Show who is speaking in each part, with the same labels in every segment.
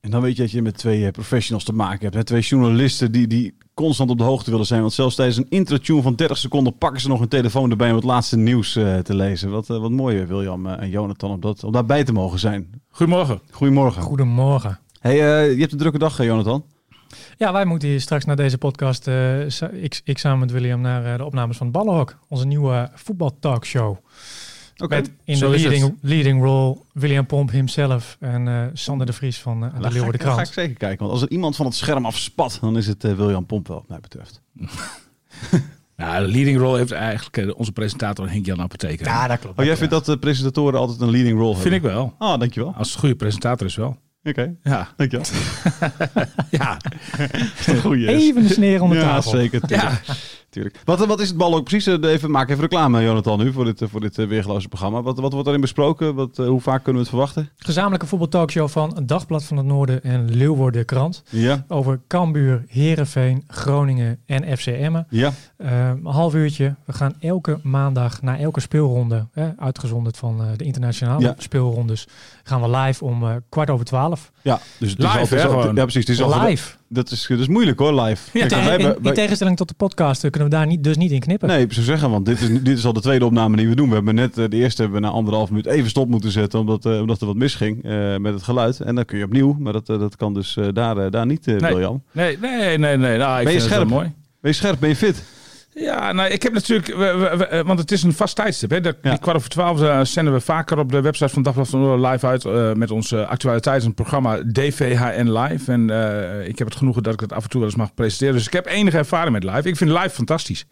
Speaker 1: En dan weet je dat je met twee eh, professionals te maken hebt. Hè? Twee journalisten die, die constant op de hoogte willen zijn. Want zelfs tijdens een intro-tune van 30 seconden pakken ze nog hun telefoon erbij om het laatste nieuws eh, te lezen. Wat, eh, wat mooi, eh, William eh, en Jonathan, om, dat, om daarbij te mogen zijn.
Speaker 2: Goedemorgen.
Speaker 1: Goedemorgen.
Speaker 2: Goedemorgen.
Speaker 1: Hey, eh, je hebt een drukke dag, eh, Jonathan.
Speaker 2: Ja, wij moeten hier straks naar deze podcast, eh, sa- ik, ik samen met William, naar eh, de opnames van het Ballenhok. Onze nieuwe voetbaltalkshow.
Speaker 1: Oké.
Speaker 2: Met in de
Speaker 3: zo is het.
Speaker 2: leading, leading role William Pomp himself en eh, Sander de Vries van eh, de
Speaker 1: ga,
Speaker 2: Leeuwarden
Speaker 1: ik, ga ik
Speaker 2: Krant.
Speaker 1: zeker kijken. Want als er iemand van het scherm afspat, dan is het eh, William Pomp wel, wat mij betreft.
Speaker 3: Nou, de leading role heeft eigenlijk eh, onze presentator Henk-Jan Apotheker.
Speaker 2: Ja, dat klopt.
Speaker 1: Oh, jij vindt dat de presentatoren altijd een leading role
Speaker 3: vind ik
Speaker 1: hebben?
Speaker 3: wel.
Speaker 1: Ah, dankjewel. Oké,
Speaker 3: Als het een goede presentator is wel. Ja,
Speaker 1: dankjewel.
Speaker 3: ja.
Speaker 1: Goeie.
Speaker 2: Even een sneer onder
Speaker 1: ja,
Speaker 2: tafel.
Speaker 1: zeker. Tuurlijk. Tuurlijk. Wat, wat is het bal ook precies? Eh, Even, maak even reclame, Jonathan, nu voor dit, eh, voor dit eh, weergeloze programma. Wat, wat wordt erin besproken? Wat, eh, hoe vaak kunnen we het verwachten?
Speaker 2: Gezamenlijke voetbaltalkshow van het Dagblad van het Noorden en Leeuwarden Krant.
Speaker 1: Ja.
Speaker 2: Over Cambuur, Herenveen, Groningen en FC Emmen.
Speaker 1: Ja.
Speaker 2: Eh, een half uurtje. We gaan elke maandag na elke speelronde, hè, uitgezonderd van eh, de internationale
Speaker 1: Ja.
Speaker 2: speelrondes, gaan we live om eh, kwart over twaalf.
Speaker 1: ja. Dus het
Speaker 3: Live,
Speaker 1: altijd
Speaker 3: hè,
Speaker 1: zo-
Speaker 3: gewoon.
Speaker 1: ja, precies. Het is altijd-
Speaker 2: live.
Speaker 1: dat, is, dat is moeilijk hoor, live. Kijk,
Speaker 2: In,
Speaker 1: wij
Speaker 2: te- in-
Speaker 1: hebben-
Speaker 2: in
Speaker 1: wij-
Speaker 2: tegenstelling tot de podcast eh, kunnen we daar niet, dus niet in knippen.
Speaker 1: Nee, ik zou zeggen, want dit is, dit is al de tweede opname die we doen. We hebben net eh, de eerste hebben we na anderhalf minuut even stop moeten zetten, omdat, eh, omdat er wat misging eh, met het geluid. En dan kun je opnieuw, maar dat, eh, dat kan dus eh, daar, eh, daar niet, eh,
Speaker 3: Nee.
Speaker 1: William.
Speaker 3: Nee, nee, nee. nee. Nou, ik
Speaker 1: Ben je
Speaker 3: vind het wel
Speaker 1: scherp?
Speaker 3: mooi.
Speaker 1: Ben je scherp? Ben je fit?
Speaker 3: Ja, nou, ik heb natuurlijk, we- we- we- eh, want het is een vast tijdstip. Hè? Dat,
Speaker 1: Ja.
Speaker 3: Die kwart over twaalf eh, zenden we vaker op de website van Dagblad van Noorden live uit eh, met ons eh, actualiteits- en programma DVHN Live. En eh, ik heb het genoegen dat ik het af en toe wel eens mag presenteren. Dus ik heb enige ervaring met live. Ik vind live fantastisch.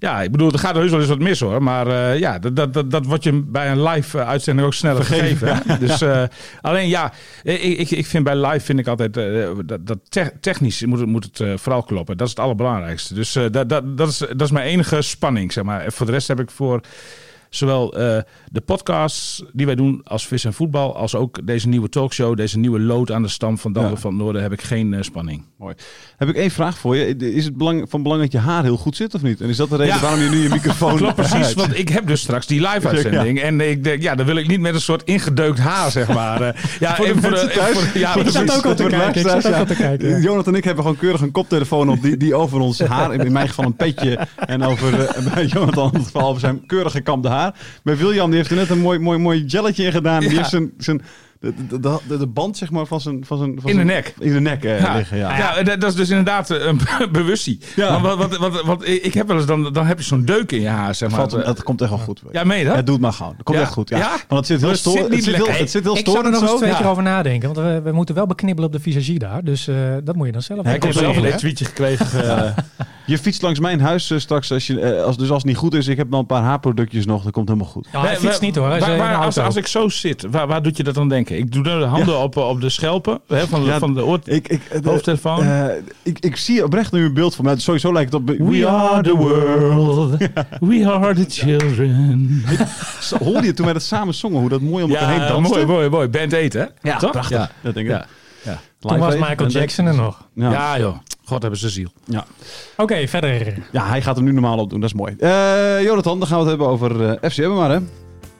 Speaker 3: Ja, ik bedoel, er gaat heus wel eens wat mis hoor. Maar eh, ja, dat, dat, dat, dat wordt je bij een live eh, uitzending ook sneller gegeven. hè. Dus eh, alleen ja, eh, ik, ik, ik vind bij live vind ik altijd eh, dat, dat te- technisch moet, het- moet het eh, vooral kloppen. Dat is het allerbelangrijkste. Dus eh, dat, dat, dat, is, dat is mijn enige spanning, zeg maar. En voor de rest heb ik voor zowel eh, de podcasts die wij doen als Vis en Voetbal... als ook deze nieuwe talkshow, deze nieuwe lood aan de stam van Daniel
Speaker 1: Ja.
Speaker 3: van het Noorden... heb ik geen eh, spanning.
Speaker 1: Mooi. Heb ik één vraag voor je. Is het belang, van belang dat je haar heel goed zit of niet? En is dat de reden
Speaker 3: Ja.
Speaker 1: waarom je nu je microfoon...
Speaker 3: Klopt precies,
Speaker 1: uit-
Speaker 3: want ik heb dus straks die live-uitzending. En ik denk, ja, dan wil ik niet met een soort ingedeukt haar, zeg maar. Eh, Ja,
Speaker 1: Voor de
Speaker 3: even
Speaker 1: mensen
Speaker 3: even
Speaker 1: thuis.
Speaker 3: ja,
Speaker 1: voor de
Speaker 2: ik zat
Speaker 3: precies.
Speaker 1: mensen-
Speaker 2: ook al te
Speaker 1: voor de
Speaker 2: kijken, ik
Speaker 1: luisteraars,
Speaker 2: zat ook
Speaker 1: ja.
Speaker 2: al te kijken, ja.
Speaker 1: Jonathan en ik hebben gewoon keurig een koptelefoon op die, die over ons haar, in mijn geval een petje. En over eh, bij Jonathan in het geval over zijn keurig gekamde haar. Bij William, die heeft er net een mooi, mooi, mooi gelletje in gedaan. Die
Speaker 3: Ja.
Speaker 1: heeft zijn, zijn, de, de, de, de band zeg maar, van zijn... Van zijn van
Speaker 3: In de
Speaker 1: zijn-
Speaker 3: nek.
Speaker 1: In de nek eh,
Speaker 3: Ja,
Speaker 1: liggen, ja.
Speaker 3: ja. dat dat is dus inderdaad een bewustie.
Speaker 1: Ja.
Speaker 3: Ja. Want, want, want, want ik heb wel eens, dan, dan heb je zo'n deuk in je haar, zeg maar.
Speaker 1: Valt hem- dat komt echt wel goed.
Speaker 3: ja, meen je dat?
Speaker 1: Ja, doe het maar gewoon. Dat komt
Speaker 3: Ja.
Speaker 1: echt goed. Ja.
Speaker 3: Ja?
Speaker 1: Want het zit heel
Speaker 3: Maar het
Speaker 1: stoor.
Speaker 3: zit niet
Speaker 1: Het zit heel-
Speaker 3: lekker.
Speaker 1: het zit heel
Speaker 2: Ik zou er
Speaker 1: storend
Speaker 2: nog
Speaker 1: zo.
Speaker 2: eens twee
Speaker 3: Ja.
Speaker 2: keer over nadenken, want we, we moeten wel beknibbelen op de visagie daar. Dus eh, dat moet je dan zelf
Speaker 1: Hij
Speaker 3: ik heb
Speaker 2: doen.
Speaker 1: komt tegen,
Speaker 3: zelf een
Speaker 1: hè? Ah,
Speaker 3: tweetje gekregen. eh,
Speaker 1: Je fietst langs mijn huis eh, straks. Als je, eh, als, dus als het niet goed is, ik heb dan een paar haarproductjes nog. Dat komt helemaal goed.
Speaker 2: Ja, hij
Speaker 3: Nee,
Speaker 2: fietst
Speaker 3: maar-
Speaker 2: niet hoor, hij is
Speaker 3: waar-
Speaker 2: eh, in
Speaker 3: waar-
Speaker 2: een
Speaker 3: als,
Speaker 2: auto.
Speaker 3: als ik zo zit, waar, waar doet je dat dan denken? Ik doe dan de handen op, eh, op de schelpen hè, van, de-
Speaker 1: Ja,
Speaker 3: van de oort,
Speaker 1: Ik, ik, eh, de-
Speaker 3: hoofdtelefoon.
Speaker 1: eh, ik, ik zie oprecht nu een beeld van mij. Sowieso lijkt het op...
Speaker 3: We are the world. We are the children.
Speaker 1: Hoorde je toen wij dat samen zongen? Hoe dat mooi om elkaar heen danste?
Speaker 3: mooi, mooi, mooi. Band eten, hè?
Speaker 1: Ja,
Speaker 3: Toch?
Speaker 1: prachtig.
Speaker 3: Ja.
Speaker 1: Dat denk ik.
Speaker 3: Ja. Ja.
Speaker 2: Toen
Speaker 1: Live
Speaker 2: was
Speaker 1: Aid.
Speaker 2: Michael
Speaker 1: En dat-
Speaker 2: Jackson er nog.
Speaker 1: Ja. Ja.
Speaker 3: Ja, joh. God hebben ze ziel.
Speaker 1: Ja.
Speaker 2: Oké, verder.
Speaker 1: hij gaat hem nu normaal op doen. Dat is mooi. Eh Jonathan, dan gaan we het hebben over eh, FCM maar, hè?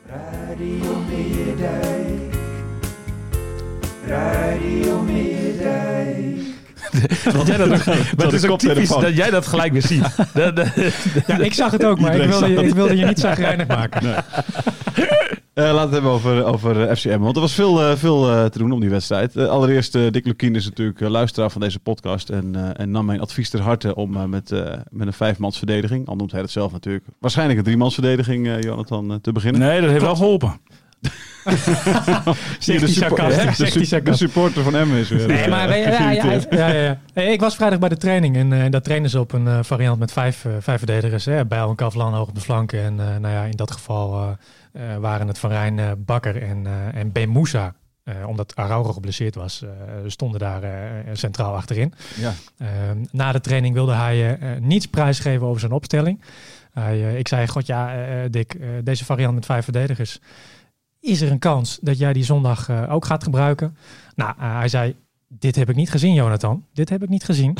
Speaker 4: Radio Meerdijk. Radio Meerdijk.
Speaker 3: Dat jij dat ook, maar het
Speaker 1: de
Speaker 3: is ook
Speaker 1: koptelefoon.
Speaker 3: typisch dat jij dat gelijk weer ziet. Dat- dat-
Speaker 2: Ja, ik zag het ook, maar ik
Speaker 1: Iedereen
Speaker 2: wilde,
Speaker 1: zag
Speaker 2: ik wilde je niet zagrijnig maken.
Speaker 1: Nee. Eh, laten we het hebben over, over eh, FC Emmen. Want er was veel, eh, veel eh, te doen om die wedstrijd. Eh, allereerst, eh, Dick Lukien is natuurlijk eh, luisteraar van deze podcast. En, eh, en nam mijn advies ter harte om eh, met, eh, met een vijfmansverdediging, al noemt hij het zelf natuurlijk, waarschijnlijk een driemansverdediging, eh, Jonathan, eh, te beginnen.
Speaker 3: Nee, dat heeft wel geholpen.
Speaker 1: Zie je, de,
Speaker 2: die
Speaker 1: suppo-
Speaker 2: sarcast,
Speaker 1: hè?
Speaker 2: zegt
Speaker 1: de,
Speaker 2: die
Speaker 1: su- de
Speaker 2: sarcast.
Speaker 1: supporter van Emmen is weer.
Speaker 2: Nee, maar
Speaker 1: eh,
Speaker 2: ja, ja, ja,
Speaker 1: geïrriteerd.
Speaker 2: ja, ja. Hey, ik was vrijdag bij de training en eh, daar trainen ze op een eh, variant met vijf, eh, vijf verdedigers. Hè, Bijl en Kavlan hoog op de flanken. En eh, nou ja, in dat geval eh, eh, waren het Van Rijn, eh, Bakker en, eh en Ben Moussa. Eh, omdat Araujo geblesseerd was, eh, stonden daar eh, centraal achterin.
Speaker 1: Ja.
Speaker 2: Ehm, na de training wilde hij eh, eh, niets prijsgeven over zijn opstelling. Hij, eh, ik zei, god ja, eh, eh, Dick, eh, deze variant met vijf verdedigers. Is er een kans dat jij die zondag eh, ook gaat gebruiken? Nou, eh, hij zei, dit heb ik niet gezien, Jonathan. Dit heb ik niet gezien.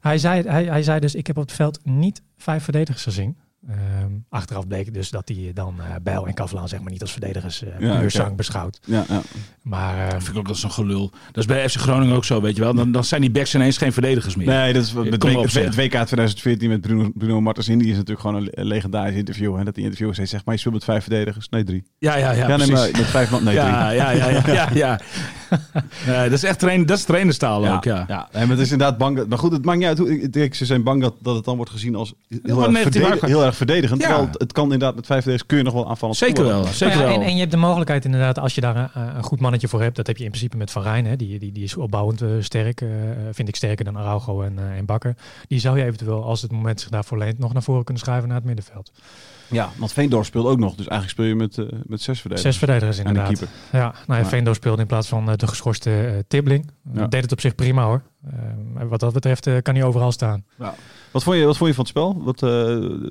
Speaker 2: hij, zei, hij, hij zei dus, ik heb op het veld niet vijf verdedigers gezien. Ehm, achteraf bleek dus dat hij dan eh Bijl en Kavlaan zeg maar niet als verdedigers eh puur
Speaker 1: oké.
Speaker 2: zang beschouwt.
Speaker 1: Ja, ja.
Speaker 2: Maar eh,
Speaker 3: Vind ik ook dat is een gelul. Dat is bij FC Groningen ook zo, weet je wel. Dan, dan zijn die backs ineens geen verdedigers meer.
Speaker 1: Nee, dat is wat-
Speaker 3: Kom
Speaker 1: met W-
Speaker 3: op,
Speaker 1: het,
Speaker 3: zeg.
Speaker 1: W- het WK 2014 met Bruno, Bruno Martens in. Die is natuurlijk gewoon een le- een legendarisch interview. En dat die interviewer zei, zeg maar, je speelt met vijf verdedigers. Nee, drie.
Speaker 3: Ja, ja, ja.
Speaker 1: Ja, nee,
Speaker 3: precies.
Speaker 1: maar met vijf man. Nee, drie.
Speaker 3: ja, ja, ja, ja, ja, ja. Nee, dat is echt train, dat is trainerstaal ook, ja.
Speaker 1: ja. Nee, maar het is inderdaad bang. dat- Maar goed, het maakt niet uit. Hoe, ik denk, ze zijn bang dat, dat het dan wordt gezien als heel,
Speaker 3: wordt
Speaker 1: erg,
Speaker 3: net-
Speaker 1: verdedig-
Speaker 3: maar-
Speaker 1: heel erg verdedigend.
Speaker 3: Ja.
Speaker 1: Terwijl het- het kan inderdaad met vijf verdedigers kun je nog wel aanvallen.
Speaker 3: Zeker wel, zeker
Speaker 2: Nou ja,
Speaker 3: wel.
Speaker 2: En, en je hebt de mogelijkheid inderdaad, als je daar eh, een, een goed mannetje voor hebt, dat heb je in principe met Van Rijn. Hè, die, die, die is opbouwend eh, sterk, eh, vind ik sterker dan Araujo en, eh, en Bakker. Die zou je eventueel, als het moment zich daarvoor leent, nog naar voren kunnen schuiven naar het middenveld.
Speaker 1: Ja, want Veendorp speelt ook nog. Dus eigenlijk speel je met, eh, met zes verdedigers.
Speaker 2: Zes verdedigers
Speaker 1: en de
Speaker 2: inderdaad.
Speaker 1: keeper.
Speaker 2: Ja, nou ja,
Speaker 1: Ja.
Speaker 2: Veendorp speelde in plaats van eh, de geschorste eh, Tibbling.
Speaker 1: Ja.
Speaker 2: Deed het op zich prima hoor. Eh, maar wat dat betreft eh, kan hij overal staan.
Speaker 1: Wat vond je, wat vond je van het spel? Wat, eh,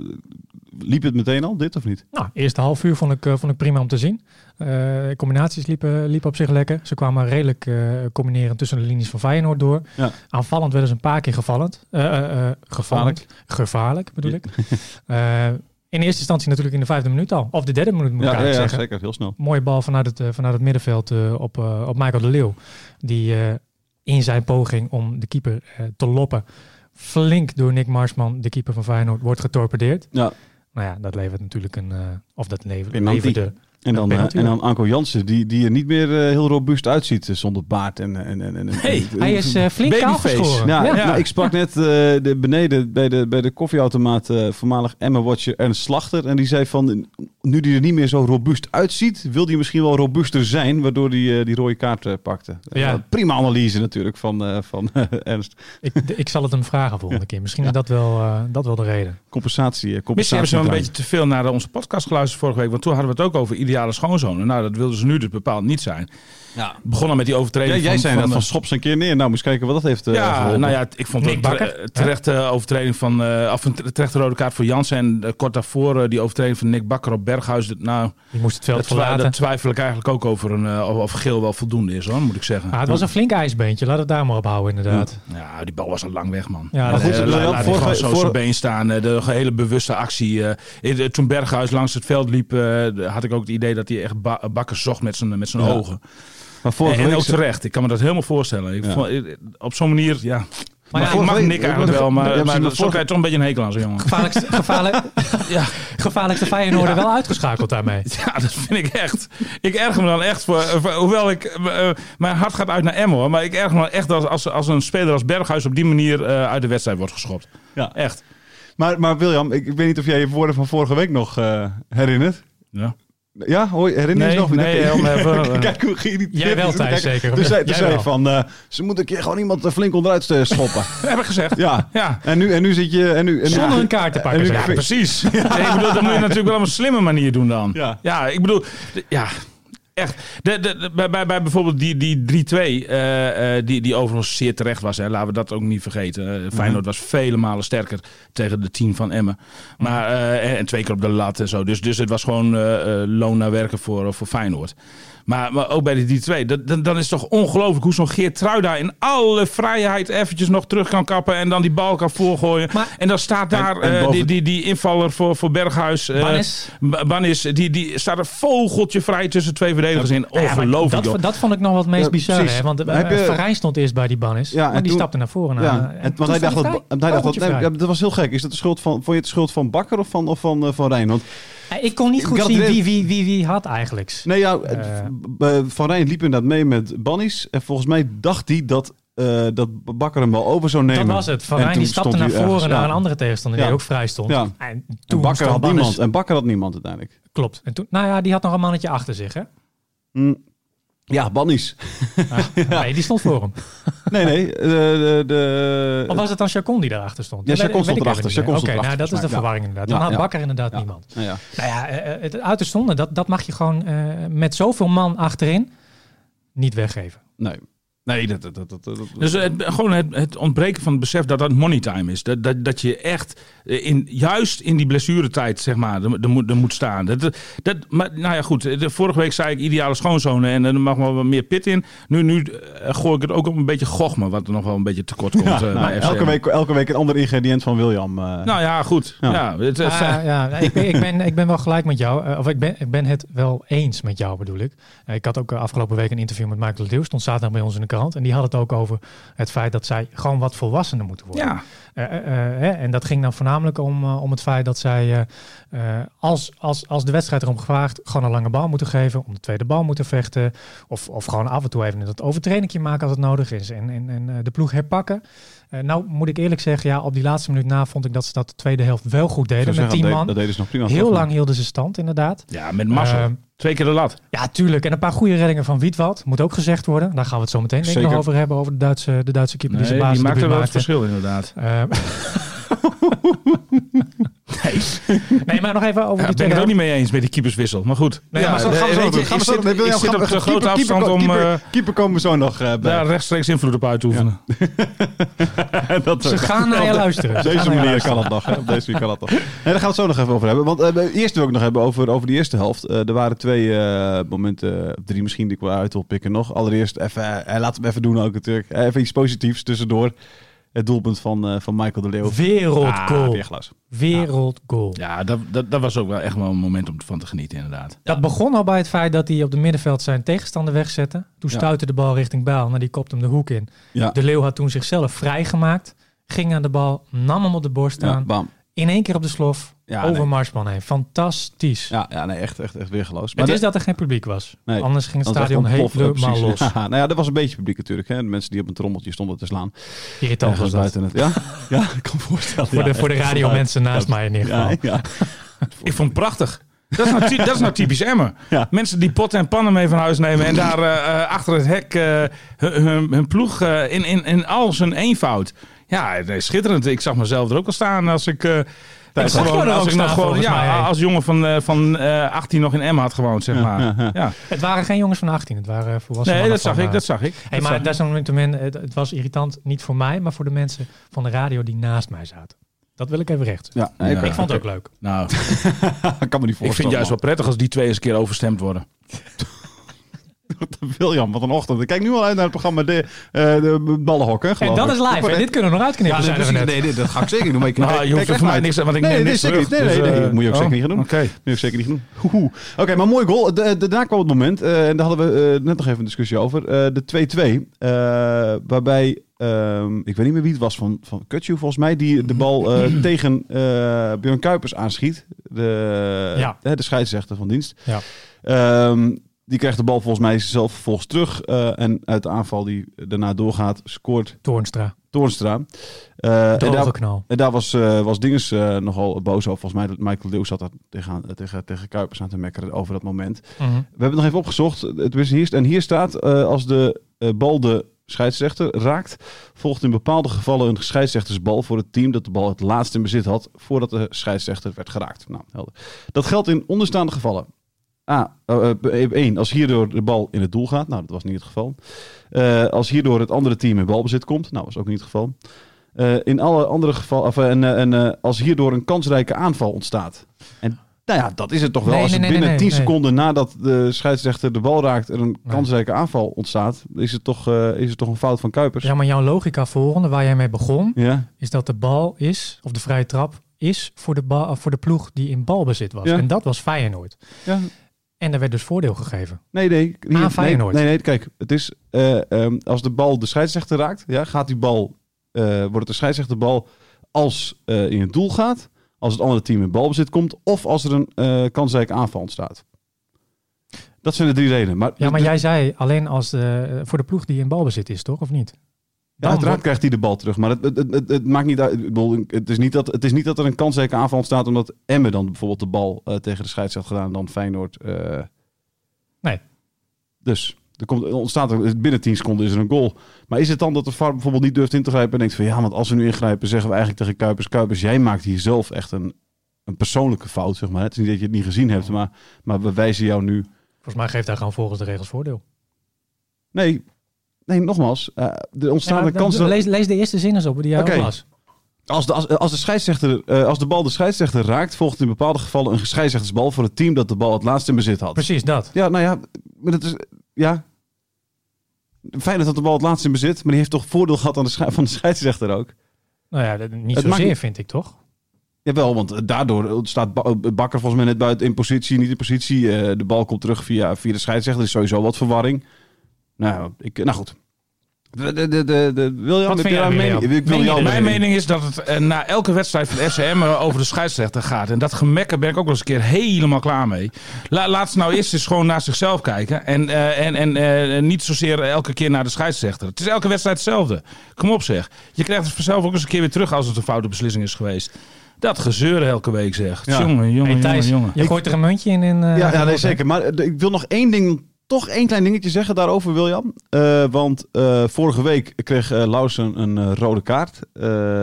Speaker 1: liep het meteen al, dit of niet?
Speaker 2: Nou, eerste half uur vond ik, eh, vond ik prima om te zien. Eh, combinaties liepen, liepen op zich lekker. Ze kwamen redelijk eh combineren tussen de linies van Feyenoord door.
Speaker 1: Ja.
Speaker 2: Aanvallend werden ze een paar keer gevallend. Eh, eh, eh, gevallend. Gevaarlijk bedoel
Speaker 1: Ja.
Speaker 2: ik. Eh, in eerste instantie natuurlijk in de vijfde minuut al. Of de derde minuut moet ik
Speaker 1: ja,
Speaker 2: eigenlijk zeggen.
Speaker 1: zeker. Heel snel.
Speaker 2: Mooie bal vanuit het, eh, vanuit het middenveld eh, op, eh, op Michael de Leeuw. Die eh, in zijn poging om de keeper eh, te loppen... flink door Nick Marsman, de keeper van Feyenoord, wordt getorpedeerd.
Speaker 1: Ja.
Speaker 2: Nou ja, dat levert natuurlijk een... eh, of dat levert,
Speaker 1: Penalty.
Speaker 2: leverde...
Speaker 1: En dan,
Speaker 2: penalty
Speaker 1: eh, en
Speaker 2: wel.
Speaker 1: dan Anko Jansen, die, die er niet meer eh, heel robuust uitziet eh, zonder baard. En, eh, en, en, en,
Speaker 3: Nee,
Speaker 1: en-
Speaker 2: Hij is eh, flink kaal
Speaker 3: Babyface.
Speaker 2: geschoren.
Speaker 1: Nou,
Speaker 2: ja.
Speaker 1: nou, ik sprak net eh, de, beneden bij de, bij de koffieautomaat eh, voormalig Emma-watcher Ernst Slachter. En die zei van, nu die er niet meer zo robuust uitziet, wil die misschien wel robuuster zijn, waardoor die, eh, die rode kaart eh, pakte.
Speaker 2: Ja.
Speaker 1: Eh, prima analyse natuurlijk van, eh, van Ernst.
Speaker 2: Ik, ik zal het hem vragen volgende keer. Misschien is dat wel, eh, dat wel de reden.
Speaker 1: Compensatie. eh, compensatie
Speaker 3: Misschien hebben ze wel een
Speaker 1: drang.
Speaker 3: beetje te veel naar eh, onze podcast geluisterd vorige week. Want toen hadden we het ook over ideale schoonzonen. Nou, dat wilden ze nu dus bepaald niet zijn. Ja. Begonnen met die overtreding
Speaker 1: Ja, jij
Speaker 3: van...
Speaker 1: zei dat
Speaker 3: van, eh,
Speaker 1: van schops een keer neer. Nou, moest kijken wat dat heeft eh,
Speaker 3: ja,
Speaker 1: geholpen.
Speaker 3: nou ja, t- ik vond
Speaker 2: Nick
Speaker 3: het
Speaker 2: Bakker.
Speaker 3: terechte overtreding van... eh of een t- terechte rode kaart voor Jansen. En eh, kort daarvoor eh, die overtreding van Nick Bakker op Berghuis. Dat- Nou,
Speaker 2: Je moest het veld
Speaker 3: dat, twi-
Speaker 2: verlaten.
Speaker 3: dat twijfel ik eigenlijk ook over een, eh, of, of geel wel voldoende is, hoor, moet ik zeggen.
Speaker 2: Ah, het was een flink ijsbeentje. Laat het daar maar op houden, inderdaad.
Speaker 3: Ja, die bal was al lang weg, man.
Speaker 2: Ja,
Speaker 3: Ja,
Speaker 2: dat
Speaker 3: goed,
Speaker 2: is-
Speaker 3: Eh, laat,
Speaker 1: ja,
Speaker 3: laat die
Speaker 1: eh, vorige-
Speaker 3: gewoon zo
Speaker 1: vorige-
Speaker 3: zijn been staan. Eh, De hele bewuste actie. eh, eh, Toen Berghuis langs het veld liep, eh, had ik ook het idee dat hij echt ba- bakken zocht met zijn, met zijn
Speaker 1: Ja.
Speaker 3: ogen.
Speaker 1: maar
Speaker 3: En,
Speaker 1: vorige
Speaker 3: en
Speaker 1: week
Speaker 3: ook
Speaker 1: zei-
Speaker 3: terecht. Ik kan me dat helemaal voorstellen. Ik
Speaker 1: Ja.
Speaker 3: vond- eh, op zo'n manier, ja. Maar,
Speaker 2: Maar ja,
Speaker 3: ik mag
Speaker 1: vorige
Speaker 3: Nick
Speaker 1: week-
Speaker 3: eigenlijk wel,
Speaker 1: Ja,
Speaker 3: maar,
Speaker 1: precies,
Speaker 3: maar
Speaker 1: maar
Speaker 3: dat- zo
Speaker 1: vorige-
Speaker 3: krijg je toch een beetje een hekel aan zo'n jongen.
Speaker 2: Gevaarlijkste, gevaarlijk, ja. gevaarlijkste Feyenoorder wel uitgeschakeld daarmee.
Speaker 3: Ja, dat vind ik echt. Ik erger me dan echt voor. voor- hoewel ik. eh, eh, mijn hart gaat uit naar Emmen hoor. Maar ik erger me dan echt als, als, als een speler als Berghuis op die manier eh, uit de wedstrijd wordt geschopt.
Speaker 1: Ja.
Speaker 3: Echt.
Speaker 1: Maar, maar William, ik, ik weet niet of jij je woorden van vorige week nog eh, herinnert.
Speaker 3: Ja.
Speaker 1: Ja, hoor, je- herinner je
Speaker 3: Nee,
Speaker 1: je nog?
Speaker 3: nee,
Speaker 1: Oké.
Speaker 3: helemaal even, eh.
Speaker 1: Kijk hoe geïrriteerd.
Speaker 2: Jij wel,
Speaker 1: is.
Speaker 2: Thijs,
Speaker 1: Kijk,
Speaker 2: zeker.
Speaker 1: Dus zei, dus
Speaker 2: Jij
Speaker 1: zei
Speaker 2: wel.
Speaker 1: van, eh, ze moeten een keer gewoon iemand er flink onderuit eh, schoppen.
Speaker 3: Heb ik gezegd.
Speaker 1: ja.
Speaker 3: Ja.
Speaker 1: En nu, en nu zit je... En nu, en nu-
Speaker 2: Zonder een kaart te pakken.
Speaker 1: En nu-
Speaker 2: zeg.
Speaker 1: Ja,
Speaker 3: Precies. Nee, ik bedoel, dat moet je natuurlijk wel op een slimme manier doen dan.
Speaker 1: Ja.
Speaker 3: ik bedoel, d- ja, echt. De, de, de- bij, bij, bij bijvoorbeeld die, die 3-2, eh, eh, die, die overigens zeer terecht was. Hè. Laten we dat ook niet vergeten. Eh,
Speaker 1: Mhm.
Speaker 3: Feyenoord was vele malen sterker tegen de team van Emmen.
Speaker 1: Mhm.
Speaker 3: Maar, eh, en, en twee keer op de lat en zo. Dus, dus het was gewoon eh, eh, loon naar werken eh, voor, voor Feyenoord. Maar, maar ook bij die, die twee. Dat, dan, dan is het toch ongelooflijk hoe zo'n Geert Truida in alle vrijheid eventjes nog terug kan kappen. En dan die bal kan voorgooien.
Speaker 2: Maar-
Speaker 3: en dan staat daar
Speaker 1: En- en
Speaker 3: eh,
Speaker 1: boven-
Speaker 3: die, die, die invaller voor, voor Berghuis. eh,
Speaker 2: Bannis.
Speaker 3: Ba- Bannis. Die, die staat een vogeltje vrij tussen twee verdedigers in.
Speaker 2: Ja, maar
Speaker 3: Ongelooflijk, joh.
Speaker 2: dat, dat vond ik nog wat het meest
Speaker 1: Ja,
Speaker 2: bizarre.
Speaker 1: precies.
Speaker 2: Hè? Want
Speaker 1: Maar heb je-
Speaker 2: uh, Verijn stond eerst bij die Bannis.
Speaker 1: Ja,
Speaker 2: Ja,
Speaker 1: en
Speaker 2: maar die
Speaker 1: toen-
Speaker 2: stapte naar
Speaker 1: Ja,
Speaker 2: voren. naar, eh,
Speaker 1: het- want hij dacht, dat, hij dacht dat, nee, ja, dat was heel gek. Is dat de schuld van, vond je het de schuld van Bakker of van, of van, eh, van Rijn? Want
Speaker 2: Ik kon niet
Speaker 1: Ik
Speaker 2: goed
Speaker 1: had
Speaker 2: zien
Speaker 1: het
Speaker 2: wie,
Speaker 1: idee-
Speaker 2: wie, wie, wie had eigenlijk.
Speaker 1: nee, ja,
Speaker 2: Eh.
Speaker 1: het- b- eh, Van Rijn liep inderdaad mee met Bannies. En volgens mij dacht hij dat, eh, dat Bakker hem wel over zou nemen.
Speaker 2: Dat was het. Van
Speaker 1: En
Speaker 2: Rijn
Speaker 1: toen
Speaker 2: die stapte
Speaker 1: stond
Speaker 2: naar
Speaker 1: hij
Speaker 2: voren
Speaker 1: ergens,
Speaker 2: naar
Speaker 1: ja.
Speaker 2: een andere tegenstander die
Speaker 1: Ja.
Speaker 2: ook vrij stond.
Speaker 1: Ja.
Speaker 2: En toen
Speaker 1: En Bakker
Speaker 2: stond
Speaker 1: had
Speaker 2: Bannis-
Speaker 1: niemand. En Bakker had niemand uiteindelijk.
Speaker 2: Klopt. En toen, nou ja, die had nog een mannetje achter zich. Hè?
Speaker 1: Hm. Ja, Bannies.
Speaker 2: Nee, die stond voor hem.
Speaker 1: Nee, nee. eh, de, de,
Speaker 2: Of was het dan Chacon die daarachter
Speaker 1: Ja,
Speaker 2: stond? Dat
Speaker 1: Chacon
Speaker 2: weet
Speaker 1: stond
Speaker 2: ik
Speaker 1: erachter.
Speaker 2: eigenlijk
Speaker 1: Chacon
Speaker 2: niet
Speaker 1: stond
Speaker 2: meer. Oké, nou
Speaker 1: erachter,
Speaker 2: dat is de
Speaker 1: volgens mij.
Speaker 2: verwarring inderdaad. Dan
Speaker 1: Ja,
Speaker 2: had
Speaker 1: ja.
Speaker 2: Bakker inderdaad
Speaker 1: Ja.
Speaker 2: niemand.
Speaker 1: Nou ja.
Speaker 2: Nou ja, eh, eh, het uiterst zonde. Dat, dat mag je gewoon eh, met zoveel man achterin niet weggeven.
Speaker 1: Nee. Nee, dat... dat, dat, dat, nou, dat-
Speaker 3: Dus het, gewoon het, het ontbreken van het besef dat dat money time is. Dat, dat, dat je echt eh, in, juist in die blessuretijd, zeg maar, er, er moet, er moet staan. Dat, dat, maar nou ja, goed. De, vorige week zei ik ideale schoonzone en er mag wel wat meer pit in. Nu, nu eh, gooi ik het ook op een beetje gochme, wat er nog wel een beetje tekort komt
Speaker 1: Ja,
Speaker 3: eh,
Speaker 1: nou,
Speaker 3: bij FC.
Speaker 1: elke, week, elke week een ander ingrediënt van William. eh.
Speaker 3: Nou ja, goed. Ja.
Speaker 1: Ja.
Speaker 3: het, eh, het-
Speaker 2: Ah, ja, ik, ben, ik, ben, ik ben wel gelijk met jou. eh, of ik ben, ik ben het wel eens met jou, bedoel ik. Eh, ik had ook eh, afgelopen week een interview met Michael Leeuw. Stond zaterdag bij ons in de krant. En die had het ook over het feit dat zij gewoon wat volwassener moeten worden.
Speaker 3: ja.
Speaker 2: Eh, eh, eh, hè, en dat ging dan voornamelijk om, eh, om het feit dat zij, eh, eh, als, als, als de wedstrijd erom gevraagd, gewoon een lange bal moeten geven, om de tweede bal moeten vechten. Of, of gewoon af en toe even dat overtrainingje maken als het nodig is. En, en, en eh, de ploeg herpakken. Eh, nou moet ik eerlijk zeggen, ja, op die laatste minuut na vond ik dat ze dat de tweede helft wel goed
Speaker 1: ik
Speaker 2: deden
Speaker 1: zou
Speaker 2: met
Speaker 1: zeggen,
Speaker 2: 10
Speaker 1: dat, deed- dat
Speaker 2: man.
Speaker 1: deden ze nog prima.
Speaker 2: Heel
Speaker 1: toch?
Speaker 2: lang hielden ze stand, inderdaad.
Speaker 3: ja, met massa.
Speaker 2: Ehm,
Speaker 3: Twee keer de lat.
Speaker 2: ja, tuurlijk. En een paar goede reddingen van Wietwad. Moet ook gezegd worden. Daar gaan we het zo meteen denk ik
Speaker 1: Zeker.
Speaker 2: nog over hebben. Over de Duitse, de Duitse keeper
Speaker 3: Nee,
Speaker 2: die
Speaker 3: die
Speaker 2: zijn basis
Speaker 3: maakte wel het
Speaker 2: maakte.
Speaker 3: verschil, inderdaad.
Speaker 2: Ehm. nee, maar nog even over die
Speaker 3: Ja, ben ik
Speaker 2: tweede
Speaker 3: het ook
Speaker 2: helft.
Speaker 3: niet mee eens met die keeperswissel. Maar goed.
Speaker 2: Nee, maar zo
Speaker 1: gaan we zo
Speaker 3: weet
Speaker 1: doen.
Speaker 3: je,
Speaker 1: Gaan we
Speaker 3: ik
Speaker 1: zo
Speaker 3: zit-
Speaker 1: doen. Nee, William,
Speaker 3: Ik zit op
Speaker 1: gaan we-
Speaker 3: te grote
Speaker 1: keeper- keeper-
Speaker 3: afstand om... eh,
Speaker 1: Keeper, keeper komen we zo nog eh, bij.
Speaker 3: daar rechtstreeks invloed op uit te oefenen.
Speaker 1: dat,
Speaker 2: Ze gaan naar je luisteren.
Speaker 1: op
Speaker 2: Ze gaan
Speaker 1: deze
Speaker 2: naar je
Speaker 1: manier
Speaker 2: luisteren.
Speaker 1: kan dat nog. Hè? Op deze manier kan dat nog. Nee, daar gaan we het zo nog even over hebben. Want eh, eerst wil ik nog hebben over, over die eerste helft. Eh, er waren twee eh, momenten, drie misschien, die ik wel uit wil pikken nog. Allereerst even, eh, eh, laten we even doen ook natuurlijk. Eh, even iets positiefs tussendoor. Het doelpunt van, eh, van Michael de Leeuw. Ah,
Speaker 2: Wereldgoal.
Speaker 1: weer glas.
Speaker 2: Wereldgoal.
Speaker 3: Ja, dat, dat, dat was ook wel echt wel een moment om van te genieten, inderdaad.
Speaker 2: Dat begon al bij het feit dat hij op de middenveld zijn tegenstander wegzette. Toen
Speaker 1: Ja.
Speaker 2: stuitte de bal richting Bijl, maar die kopte hem de hoek in.
Speaker 1: Ja,
Speaker 2: De Leeuw had toen zichzelf vrijgemaakt. Ging aan de bal, nam hem op de borst
Speaker 1: ja,
Speaker 2: aan.
Speaker 1: bam.
Speaker 2: In één keer op de slof,
Speaker 1: Ja,
Speaker 2: over
Speaker 1: nee.
Speaker 2: Marsman heen. Fantastisch.
Speaker 1: Ja, ja nee, echt, echt, echt weer geloos.
Speaker 2: het is dat er geen publiek was.
Speaker 1: Nee,
Speaker 2: Anders ging het
Speaker 1: Want
Speaker 2: stadion
Speaker 1: echt ontploffen,
Speaker 2: helemaal
Speaker 1: precies.
Speaker 2: los.
Speaker 1: Ja, nou ja, dat was een beetje publiek natuurlijk. Hè? De mensen die op een trommeltje stonden te slaan.
Speaker 2: Irritant was
Speaker 1: Ergens
Speaker 2: dat.
Speaker 1: buiten het. Ja, ja ik kan me voorstellen.
Speaker 2: Voor de, voor de radiomensen naast mij in ieder geval.
Speaker 1: Ja, ja.
Speaker 3: Ik vond het prachtig. Dat is nou, ty- dat is nou typisch Emmen.
Speaker 1: Ja.
Speaker 3: Mensen die potten en pannen mee van huis nemen en daar eh, eh, achter het hek eh, hun, hun- hun ploeg eh, in, in, in al zijn eenvoud. Ja, nee, schitterend. Ik zag mezelf er ook al staan als ik... eh, ik
Speaker 2: zag jou er ook
Speaker 3: als ik
Speaker 2: staan,
Speaker 3: nog gewoon,
Speaker 2: volgens mij, hè?
Speaker 3: ja, als jongen van, eh, van eh, 18 nog in Emmen had gewoond, zeg maar. Ja,
Speaker 2: Het waren geen jongens van 18, het waren volwassenen.
Speaker 3: Nee, dat zag
Speaker 2: van,
Speaker 3: ik,
Speaker 2: eh,
Speaker 3: dat zag ik.
Speaker 2: Hey,
Speaker 3: Dat
Speaker 2: maar
Speaker 3: zag-
Speaker 2: dat is een moment, het, het was irritant niet voor mij, maar voor de mensen van de radio die naast mij zaten. Dat wil ik even recht. zetten.
Speaker 1: Ja, nee,
Speaker 3: Ja.
Speaker 2: Ik vond het ook leuk.
Speaker 3: Nou,
Speaker 1: Ik kan me niet voorstellen.
Speaker 3: ik vind het juist wel
Speaker 1: man.
Speaker 3: prettig als die twee eens een keer overstemd worden.
Speaker 1: William, wat een ochtend. Ik kijk nu al uit naar het programma De, eh de Ballenhok. Hè,
Speaker 2: En
Speaker 1: geloof
Speaker 2: dat
Speaker 1: ik.
Speaker 2: is live. hè? Dit kunnen we nog uitknippen.
Speaker 1: Ja,
Speaker 2: zeiden we
Speaker 1: precies.
Speaker 2: net.
Speaker 1: nee, nee, dat ga ik zeker doen. Maar ik,
Speaker 3: Nou, je hoeft er
Speaker 1: kijk
Speaker 3: voor mij
Speaker 1: uit.
Speaker 3: niks aan, want ik
Speaker 1: Nee,
Speaker 3: neem
Speaker 1: nee,
Speaker 3: niks
Speaker 1: zeker
Speaker 3: terug.
Speaker 1: niet. Nee, nee,
Speaker 3: Dus,
Speaker 1: nee,
Speaker 3: eh,
Speaker 1: moet je ook
Speaker 3: oh,
Speaker 1: zeker niet gaan doen.
Speaker 3: Oké.
Speaker 1: Nee, zeker niet genoeg. Hoehoe. Oké, maar mooi goal. Da- da- Daarna kwam het moment, eh, en daar hadden we eh, net nog even een discussie over, eh, de 2-2. eh, waarbij, ehm, ik weet niet meer wie het was, van, van Kutju volgens mij, die de bal eh, tegen eh Björn Kuipers aanschiet. De,
Speaker 2: Ja.
Speaker 1: hè, de scheidsrechter van dienst.
Speaker 2: Ja.
Speaker 1: Ehm, die krijgt de bal volgens mij zelf vervolgens terug. eh, en uit de aanval die daarna doorgaat, scoort
Speaker 2: Toornstra.
Speaker 1: Toornstra. Eh, en daar-
Speaker 2: Droge knal.
Speaker 1: en daar was, eh, was Dinges eh, nogal boos over. Volgens mij dat Michael Leeuw zat daar tegen, tegen, tegen Kuipers aan te mekkeren over dat moment. We
Speaker 2: Mhm.
Speaker 1: hebben het nog even opgezocht. Het is hier, en hier staat, eh, als de eh, bal de scheidsrechter raakt, volgt in bepaalde gevallen een scheidsrechtersbal voor het team dat de bal het laatst in bezit had voordat de scheidsrechter werd geraakt. Nou, helder. Dat geldt in onderstaande gevallen. A, eh, 1. Als hierdoor de bal in het doel gaat. Nou, dat was niet het geval. Eh, als hierdoor het andere team in balbezit komt. Nou, was ook niet het geval. Eh, in alle andere gevallen. Of, eh, en, eh, en, eh, als hierdoor een kansrijke aanval ontstaat. En Nou ja, dat is het toch wel.
Speaker 2: Nee,
Speaker 1: Als
Speaker 2: nee,
Speaker 1: het
Speaker 2: nee,
Speaker 1: binnen
Speaker 2: nee,
Speaker 1: 10
Speaker 2: nee.
Speaker 1: seconden nadat de scheidsrechter de bal raakt er een kansrijke aanval ontstaat, is het toch, eh, is het toch een fout van Kuipers.
Speaker 2: Ja, Dus maar jouw logica volgende, waar jij mee begon,
Speaker 1: Ja.
Speaker 2: is dat de bal is, of de vrije trap is, voor de, ba- eh, voor de ploeg die in balbezit was.
Speaker 1: Ja.
Speaker 2: En dat was Feyenoord.
Speaker 1: ja.
Speaker 2: En daar werd dus voordeel gegeven.
Speaker 1: Nee, nee. hier-
Speaker 2: Aan Feyenoord.
Speaker 1: Nee, nee, nee, kijk. Het is, eh, ehm, als de bal de scheidsrechter raakt, ja, gaat die bal, eh, wordt het de scheidsrechterbal als eh, in het doel gaat, als het andere team in balbezit komt, of als er een eh kansrijke aanval ontstaat. Dat zijn de drie redenen. Maar,
Speaker 2: Ja, maar
Speaker 1: dus-
Speaker 2: jij zei alleen als de, eh, voor de ploeg die in balbezit is, toch? Of niet?
Speaker 1: ja,
Speaker 2: Dan
Speaker 1: uiteraard
Speaker 2: wordt-
Speaker 1: krijgt hij de bal terug. Maar het, het, het, het- het maakt niet uit. Ik bedoel, het, is niet dat, het is niet dat er een kansrijke aanval ontstaat omdat Emmen dan bijvoorbeeld de bal eh, tegen de scheids had gedaan en dan Feyenoord. eh,
Speaker 2: Nee.
Speaker 1: Dus er, komt, er ontstaat er, binnen 10 seconden is er een goal. Maar is het dan dat de VAR bijvoorbeeld niet durft in te grijpen en denkt van ja, want als we nu ingrijpen zeggen we eigenlijk tegen Kuipers, Kuipers, jij maakt hier zelf echt een, een persoonlijke fout, zeg maar. Het is niet dat je het niet gezien hebt, maar, maar we wijzen jou nu
Speaker 2: Volgens mij geeft hij gewoon volgens de regels voordeel.
Speaker 1: Nee, nee, nogmaals. eh, er ontstaat
Speaker 2: Ja,
Speaker 1: een kans dat...
Speaker 2: lees, lees de eerste zin eens op die jij
Speaker 1: Oké.
Speaker 2: ook las.
Speaker 1: Als de, als, als, de scheidsrechter, eh, als de bal de scheidsrechter raakt, volgt in bepaalde gevallen een scheidsrechtersbal voor het team dat de bal het laatst in bezit had.
Speaker 2: Precies dat.
Speaker 1: Ja, nou ja, maar dat is. Ja. Feyenoord had de bal het laatst in bezit, maar die heeft toch voordeel gehad aan de schei- van de scheidsrechter ook?
Speaker 2: Nou ja, dat- niet
Speaker 1: Het
Speaker 2: zozeer
Speaker 1: maakt-
Speaker 2: vind ik toch?
Speaker 1: Jawel, want eh, daardoor staat Ba- eh, Bakker volgens mij net buiten in positie, niet in positie. Eh, de bal komt terug via, via de scheidsrechter, is sowieso wat verwarring. Nou, ik, nou goed. De, de, de, de, de- William, heb
Speaker 2: Wat vind
Speaker 1: jij
Speaker 2: jij,
Speaker 1: een mening?
Speaker 2: William?
Speaker 1: Ik wil
Speaker 2: Meen je
Speaker 1: jouw
Speaker 2: dit?
Speaker 1: mening.
Speaker 3: Mijn mening is dat het eh, na elke wedstrijd van FCM over de scheidsrechter gaat. En dat gemekker ben ik ook wel eens een keer helemaal klaar mee. La, laat ze nou eerst eens gewoon naar zichzelf kijken. En, eh, en, en eh, niet zozeer elke keer naar de scheidsrechter. Het is elke wedstrijd hetzelfde. Kom op zeg. Je krijgt het vanzelf ook eens een keer weer terug als het een foute beslissing is geweest. Dat gezeur elke week zeg.
Speaker 1: Ja.
Speaker 3: Jongen, jongen,
Speaker 2: Hey, Thijs,
Speaker 3: jongen, jongen.
Speaker 2: je gooit er een muntje in. in eh,
Speaker 1: Ja, ja nee,
Speaker 2: Rotterdam.
Speaker 1: zeker. Maar eh, ik wil nog één ding, toch één klein dingetje zeggen daarover, William. Eh, want eh, vorige week kreeg eh Lausen een eh, rode kaart.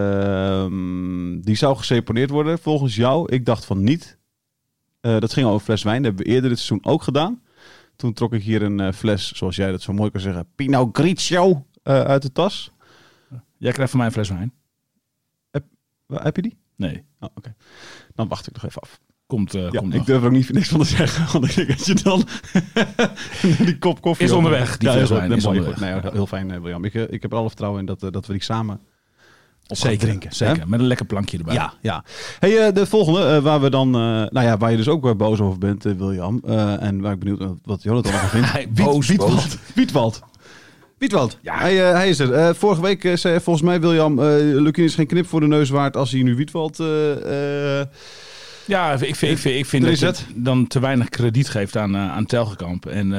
Speaker 1: Ehm, die zou geseponeerd worden, volgens jou. Ik dacht van niet. Eh, dat ging over fles wijn. Dat hebben we eerder dit seizoen ook gedaan. Toen trok ik hier een eh, fles, zoals jij dat zo mooi kan zeggen, Pinot Grigio eh, uit de tas.
Speaker 3: Jij krijgt van mij een fles wijn.
Speaker 1: Waar, heb je die?
Speaker 3: Nee.
Speaker 1: Oh, Oké. Dan wacht ik nog even af.
Speaker 3: Komt, eh
Speaker 1: Ja,
Speaker 3: komt
Speaker 1: ik
Speaker 3: nog.
Speaker 1: durf er ook niet niks van te zeggen, want ik denk dat je dan die kop koffie...
Speaker 3: Is
Speaker 1: op-
Speaker 3: onderweg, die
Speaker 1: ja,
Speaker 3: fles
Speaker 1: heel goed.
Speaker 3: wijn
Speaker 1: Nee,
Speaker 3: is
Speaker 1: mooi,
Speaker 3: onderweg.
Speaker 1: goed. Nee, heel- heel fijn, eh, William. Ik, eh, ik heb er alle vertrouwen in dat, eh, dat we die samen op gaan
Speaker 3: Zeker,
Speaker 1: drinken.
Speaker 3: zeker. Met een lekker plankje erbij.
Speaker 1: Hè? Ja, ja. Hey, eh, de volgende, eh, waar we dan, eh, nou ja, waar je dus ook eh, boos over bent, eh, William. eh, en waar ik benieuwd ben wat Jonathan ervan vindt.
Speaker 3: Hij-
Speaker 1: Wiet-
Speaker 3: boos,
Speaker 1: Wietwald.
Speaker 3: boos.
Speaker 1: Wietwald. Wietwald.
Speaker 3: Ja.
Speaker 1: Hij, eh, hij is er. Eh, vorige week eh, zei volgens mij William, eh Lukien is geen knip voor de neus waard als hij nu Wietwald... eh, eh,
Speaker 3: Ja, ik vind, ik vind, ik vind
Speaker 1: Er
Speaker 3: dat
Speaker 1: is
Speaker 3: je
Speaker 1: het.
Speaker 3: dan te weinig krediet geeft aan, eh, aan Telgekamp. En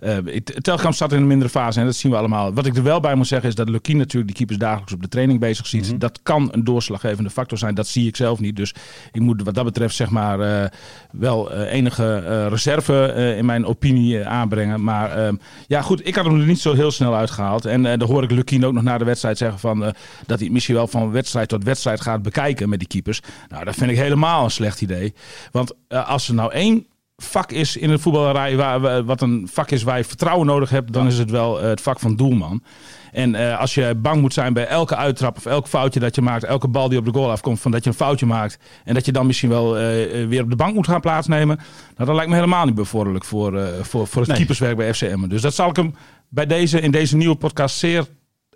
Speaker 3: eh, eh, ik- Telgekamp staat in een mindere fase en dat zien we allemaal. Wat ik er wel bij moet zeggen is dat Lukien natuurlijk die keepers dagelijks op de training bezig ziet. Dat kan een doorslaggevende factor zijn. Dat zie ik zelf niet. Dus ik moet wat dat betreft zeg maar eh, wel eh, enige eh, reserve eh, in mijn opinie eh, aanbrengen. Maar ehm, ja goed, ik had hem er niet zo heel snel uitgehaald. En eh dan hoor ik Lukien ook nog na de wedstrijd zeggen van, eh, dat hij het misschien wel van wedstrijd tot wedstrijd gaat bekijken met die keepers. Nou, dat vind ik helemaal een slecht idee. Want eh, als er nou één vak is in het voetballerij, waar, we- wat een vak is waar je vertrouwen nodig hebt, dan is het wel eh, het vak van doelman. En eh, als je bang moet zijn bij elke uittrap of elk foutje dat je maakt, elke bal die op de goal afkomt, van dat je een foutje maakt en dat je dan misschien wel eh, eh, weer op de bank moet gaan plaatsnemen, nou, dat lijkt me helemaal niet bevorderlijk voor, eh, voor, voor het
Speaker 1: Nee.
Speaker 3: keeperswerk bij FCM. Dus dat zal ik hem bij deze, in deze nieuwe podcast zeer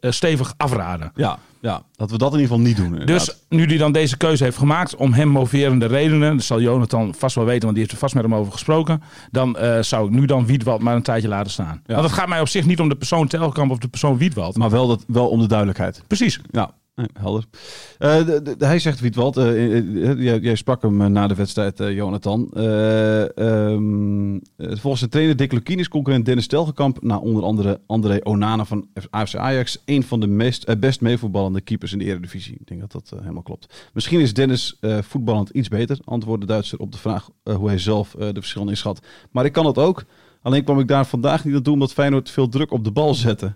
Speaker 3: eh, stevig afraden.
Speaker 1: ja, ja, dat we dat in ieder geval niet doen. inderdaad.
Speaker 3: Dus nu hij dan deze keuze heeft gemaakt om hem moverende redenen, dat zal Jonathan vast wel weten, want die heeft er vast met hem over gesproken, dan eh, zou ik nu dan Wiedwald maar een tijdje laten staan.
Speaker 1: Ja.
Speaker 3: Want het gaat mij op zich niet om de persoon Telkamp of de persoon Wiedwald. Maar
Speaker 1: Maar wel, dat, wel om de duidelijkheid.
Speaker 3: precies.
Speaker 1: Ja, nee, helder. Eh, de- de- de- hij zegt, Wietwald, eh, eh, eh, jij, jij sprak hem eh, na de wedstrijd, eh, Jonathan. Eh, ehm, eh, volgens de trainer Dick Lukien is concurrent Dennis Telgekamp... na onder andere André Onana van F- AFC Ajax... een van de meest, eh, best meevoetballende keepers in de eredivisie. Ik denk dat dat eh, helemaal klopt. Misschien is Dennis eh, voetballend iets beter... antwoordde de Duitser op de vraag eh, hoe hij zelf eh, de verschillen inschat. Maar ik kan dat ook. Alleen kwam ik daar vandaag niet aan toe omdat Feyenoord veel druk op de bal zette.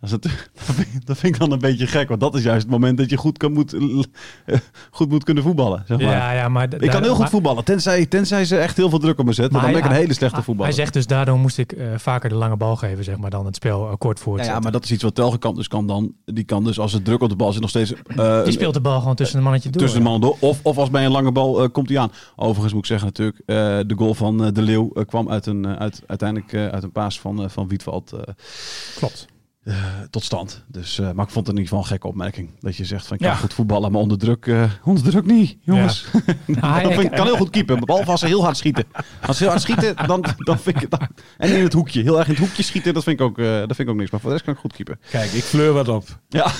Speaker 1: Dat, is natuurlijk- dat vind ik- dat vind ik dan een beetje gek, want dat is juist het moment dat je goed, kan, moet, eh, goed moet kunnen voetballen. Zeg maar.
Speaker 2: Ja, ja, maar d-
Speaker 1: ik kan
Speaker 2: daar-
Speaker 1: heel goed
Speaker 2: maar-
Speaker 1: voetballen, tenzij, tenzij ze echt heel veel druk op me zetten. Dan ben ik een hele slechte
Speaker 2: hij-
Speaker 1: voetballer.
Speaker 2: Hij zegt dus, daardoor moest ik eh, vaker de lange bal geven, zeg maar, dan het spel eh, kort
Speaker 1: ja,
Speaker 2: voortzetten.
Speaker 1: ja, maar dat is iets wat Telgekamp dus kan dan. Die kan dus als het druk op de bal zit nog steeds... eh,
Speaker 2: Die speelt de bal gewoon tussen de mannetje door.
Speaker 1: Tussen de
Speaker 2: ja.
Speaker 1: mannen door. Of, of als bij een lange bal eh, komt hij aan. Overigens moet ik zeggen natuurlijk, eh, de goal van eh, De Leeuw eh, kwam uit een, eh, uit, uiteindelijk eh, uit een paas van, eh, van Wietveld eh,
Speaker 2: Klopt.
Speaker 1: eh, tot stand. Dus, eh, maar ik vond het in ieder geval een gekke opmerking. Dat je zegt van ik kan
Speaker 3: Ja.
Speaker 1: goed voetballen, maar onder druk, eh, onder druk niet, jongens.
Speaker 2: Ah, hij-
Speaker 1: Dat vind ik kan heel goed keepen, behalve als ze heel hard schieten. Als ze heel hard schieten, dan, dan vind ik het... dan- en in het hoekje, heel erg in het hoekje schieten, dat vind ik ook, eh, dat vind ik ook niks. Maar voor de rest kan ik goed keepen.
Speaker 3: Kijk, ik fleur wat op.
Speaker 1: Ja,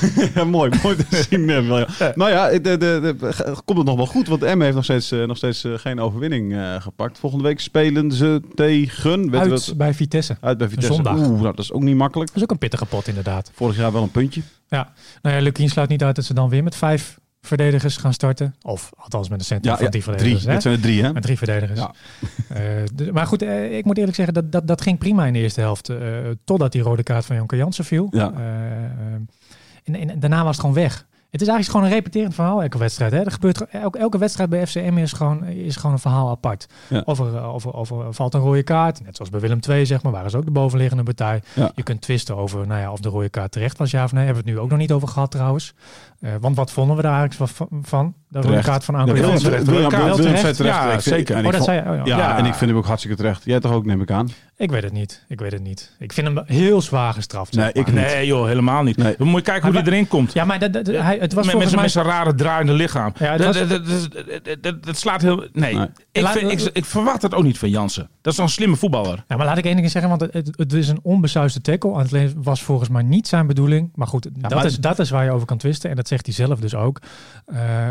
Speaker 1: mooi, mooi te zien. eh, wel, ja. Nou ja, de, de, de, ge- komt het nog wel goed, want M heeft nog steeds, eh, nog steeds eh, geen overwinning eh, gepakt. Volgende week spelen ze tegen... Weet
Speaker 2: uit
Speaker 1: u wat,
Speaker 2: bij Vitesse.
Speaker 1: uit bij Vitesse.
Speaker 2: zondag.
Speaker 1: Oeh, nou, dat is ook niet makkelijk.
Speaker 2: Dat is ook een pittige pot, inderdaad.
Speaker 1: Vorig jaar wel een puntje.
Speaker 2: Ja. Nou ja, Lukien sluit niet uit dat ze dan weer met vijf verdedigers gaan starten. Of althans met een centrum
Speaker 1: Ja,
Speaker 2: van
Speaker 1: ja,
Speaker 2: die
Speaker 1: drie.
Speaker 2: verdedigers. hè?
Speaker 1: Dit zijn er drie, hè?
Speaker 2: Met drie verdedigers.
Speaker 1: Ja.
Speaker 2: Eh, d- maar goed, eh, ik moet eerlijk zeggen, dat, dat, dat ging prima in de eerste helft. eh, totdat die rode kaart van Jonker Jansen viel.
Speaker 1: Ja.
Speaker 2: Eh, eh, en, en daarna was het gewoon weg. Het is eigenlijk gewoon een repeterend verhaal, elke wedstrijd. Hè? Er gebeurt, ge- elke, elke wedstrijd bij FCM is gewoon, is gewoon een verhaal apart.
Speaker 1: Ja.
Speaker 2: Of, er, eh, of, er- of er valt een rode kaart, net zoals bij Willem II, zeg maar, waren ze ook de bovenliggende partij.
Speaker 1: Ja.
Speaker 2: Je kunt twisten over nou ja, of de rode kaart terecht was, ja of nee. Hebben we het nu ook nog niet over gehad trouwens. Eh, want wat vonden we daar eigenlijk van? van de rode
Speaker 1: Terecht.
Speaker 2: kaart van
Speaker 1: Ja,
Speaker 2: Anko
Speaker 1: Willem-
Speaker 2: Jansen?
Speaker 3: terecht,
Speaker 1: Willem-
Speaker 3: elkaar
Speaker 1: Willem-
Speaker 2: wel
Speaker 1: Willem
Speaker 2: terecht.
Speaker 1: zei
Speaker 3: Ja,
Speaker 1: Ik vind-
Speaker 3: zeker.
Speaker 1: en ik
Speaker 2: Oh, dat
Speaker 1: vond-
Speaker 2: zei je. Oh, ja.
Speaker 1: ja,
Speaker 3: Ja.
Speaker 1: en ik vind hem ook hartstikke terecht. Jij toch ook, neem ik aan?
Speaker 2: Ik weet het niet. Ik weet het niet. Ik vind hem heel zwaar gestraft. zeg
Speaker 1: Nee, ik
Speaker 2: maar.
Speaker 1: niet.
Speaker 3: Nee joh, helemaal niet.
Speaker 1: Nee.
Speaker 3: We moeten kijken hoe
Speaker 2: Maar
Speaker 3: die erin komt.
Speaker 2: Ja, maar dat, dat- hij, het was
Speaker 3: met, met
Speaker 2: volgens
Speaker 3: zijn
Speaker 2: mij...
Speaker 3: met zijn rare draaiende lichaam.
Speaker 2: Ja, het
Speaker 3: dat,
Speaker 2: was-
Speaker 3: dat, dat- dat- dat- dat slaat heel... Nee,
Speaker 1: Nee.
Speaker 3: Ik,
Speaker 2: Laat-
Speaker 3: vind- ik, ik verwacht dat ook niet van Jansen. Dat is zo'n slimme voetballer.
Speaker 2: Ja, maar laat ik één ding zeggen, want het- het, het is een onbesuisde tackle. En het le- was volgens mij niet zijn bedoeling. Maar goed, dat,
Speaker 1: maar-
Speaker 2: is, dat is waar je over kan twisten. En dat zegt hij zelf dus ook. eh,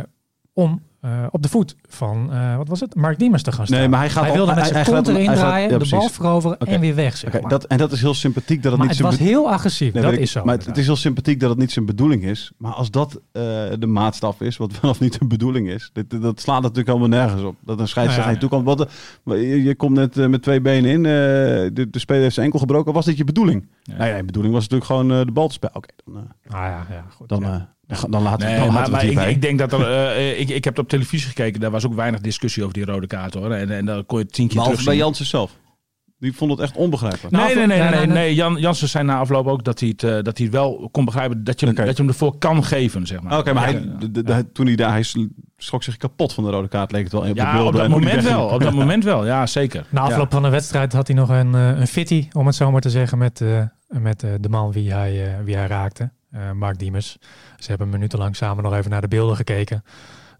Speaker 2: om eh, op de voet van, eh, wat was het? Mark Diemers te gaan staan.
Speaker 1: Nee, maar hij gaat
Speaker 2: hij
Speaker 1: al-
Speaker 2: wilde met
Speaker 1: hij-
Speaker 2: zijn
Speaker 1: hij
Speaker 2: kont
Speaker 1: gaat-
Speaker 2: erin
Speaker 1: hij gaat-
Speaker 2: draaien,
Speaker 1: ja,
Speaker 2: de bal
Speaker 1: precies.
Speaker 2: veroveren
Speaker 1: Oké.
Speaker 2: en weer weg. Zeg
Speaker 1: Oké,
Speaker 2: maar
Speaker 1: dat, en dat is heel sympathiek dat het
Speaker 2: maar
Speaker 1: niet
Speaker 2: het
Speaker 1: zijn
Speaker 2: was heel agressief.
Speaker 1: Nee,
Speaker 2: dat
Speaker 1: weet ik.
Speaker 2: is zo.
Speaker 1: Maar het, het is heel sympathiek dat het niet zijn bedoeling is. Maar als dat eh, de maatstaf is, wat wel of niet de bedoeling is, dit, dat slaat natuurlijk helemaal nergens op. Dat een scheidsrechter
Speaker 2: Nou
Speaker 1: naar je toe komt. Wat, eh, je, je komt net eh, met twee benen in, eh, de, de speler heeft zijn enkel gebroken. Was dit je bedoeling?
Speaker 3: Ja.
Speaker 1: Nou ja, je bedoeling was natuurlijk gewoon eh, de bal te spelen. Oké, dan, eh,
Speaker 2: inderdaad. Ah, ja, ja, goed,
Speaker 1: dan,
Speaker 2: ja.
Speaker 1: eh, dan, ga- dan laten we
Speaker 3: Nee,
Speaker 1: dan
Speaker 3: maar,
Speaker 1: laten we
Speaker 3: maar
Speaker 1: het
Speaker 3: ik,
Speaker 1: hierbij.
Speaker 3: ik denk dat er... eh, ik, ik heb het op televisie gekeken. Daar was ook weinig discussie over die rode kaart hoor. En, en dan kon je het tien keer
Speaker 1: Behalve bij
Speaker 3: terugzien.
Speaker 1: Jansen zelf. Die vond het echt onbegrijpelijk.
Speaker 2: Nou,
Speaker 3: Nee, nee,
Speaker 2: voor-
Speaker 3: nee,
Speaker 2: nee,
Speaker 3: nee, nee,
Speaker 2: nee,
Speaker 3: Jan, Jansen zei na afloop ook dat hij het, eh, dat hij het wel kon begrijpen. Dat je, hem,
Speaker 1: Oké.
Speaker 3: dat je hem ervoor kan geven, zeg maar.
Speaker 1: Oké, maar
Speaker 3: Ja.
Speaker 1: hij, de- de- de- toen hij daar, hij sl- schrok zich kapot van de rode kaart, leek het wel. de
Speaker 3: Ja,
Speaker 1: beelden
Speaker 3: op dat
Speaker 1: en hoe die
Speaker 3: moment
Speaker 1: wegging.
Speaker 3: wel. Op dat moment wel, ja, zeker.
Speaker 2: Na afloop van de wedstrijd had hij nog een, eh, een fitty, om het zo maar te zeggen, met, eh, met eh, de man wie hij, eh, wie hij raakte, eh, Mark Diemers. Ze hebben minutenlang samen nog even naar de beelden gekeken.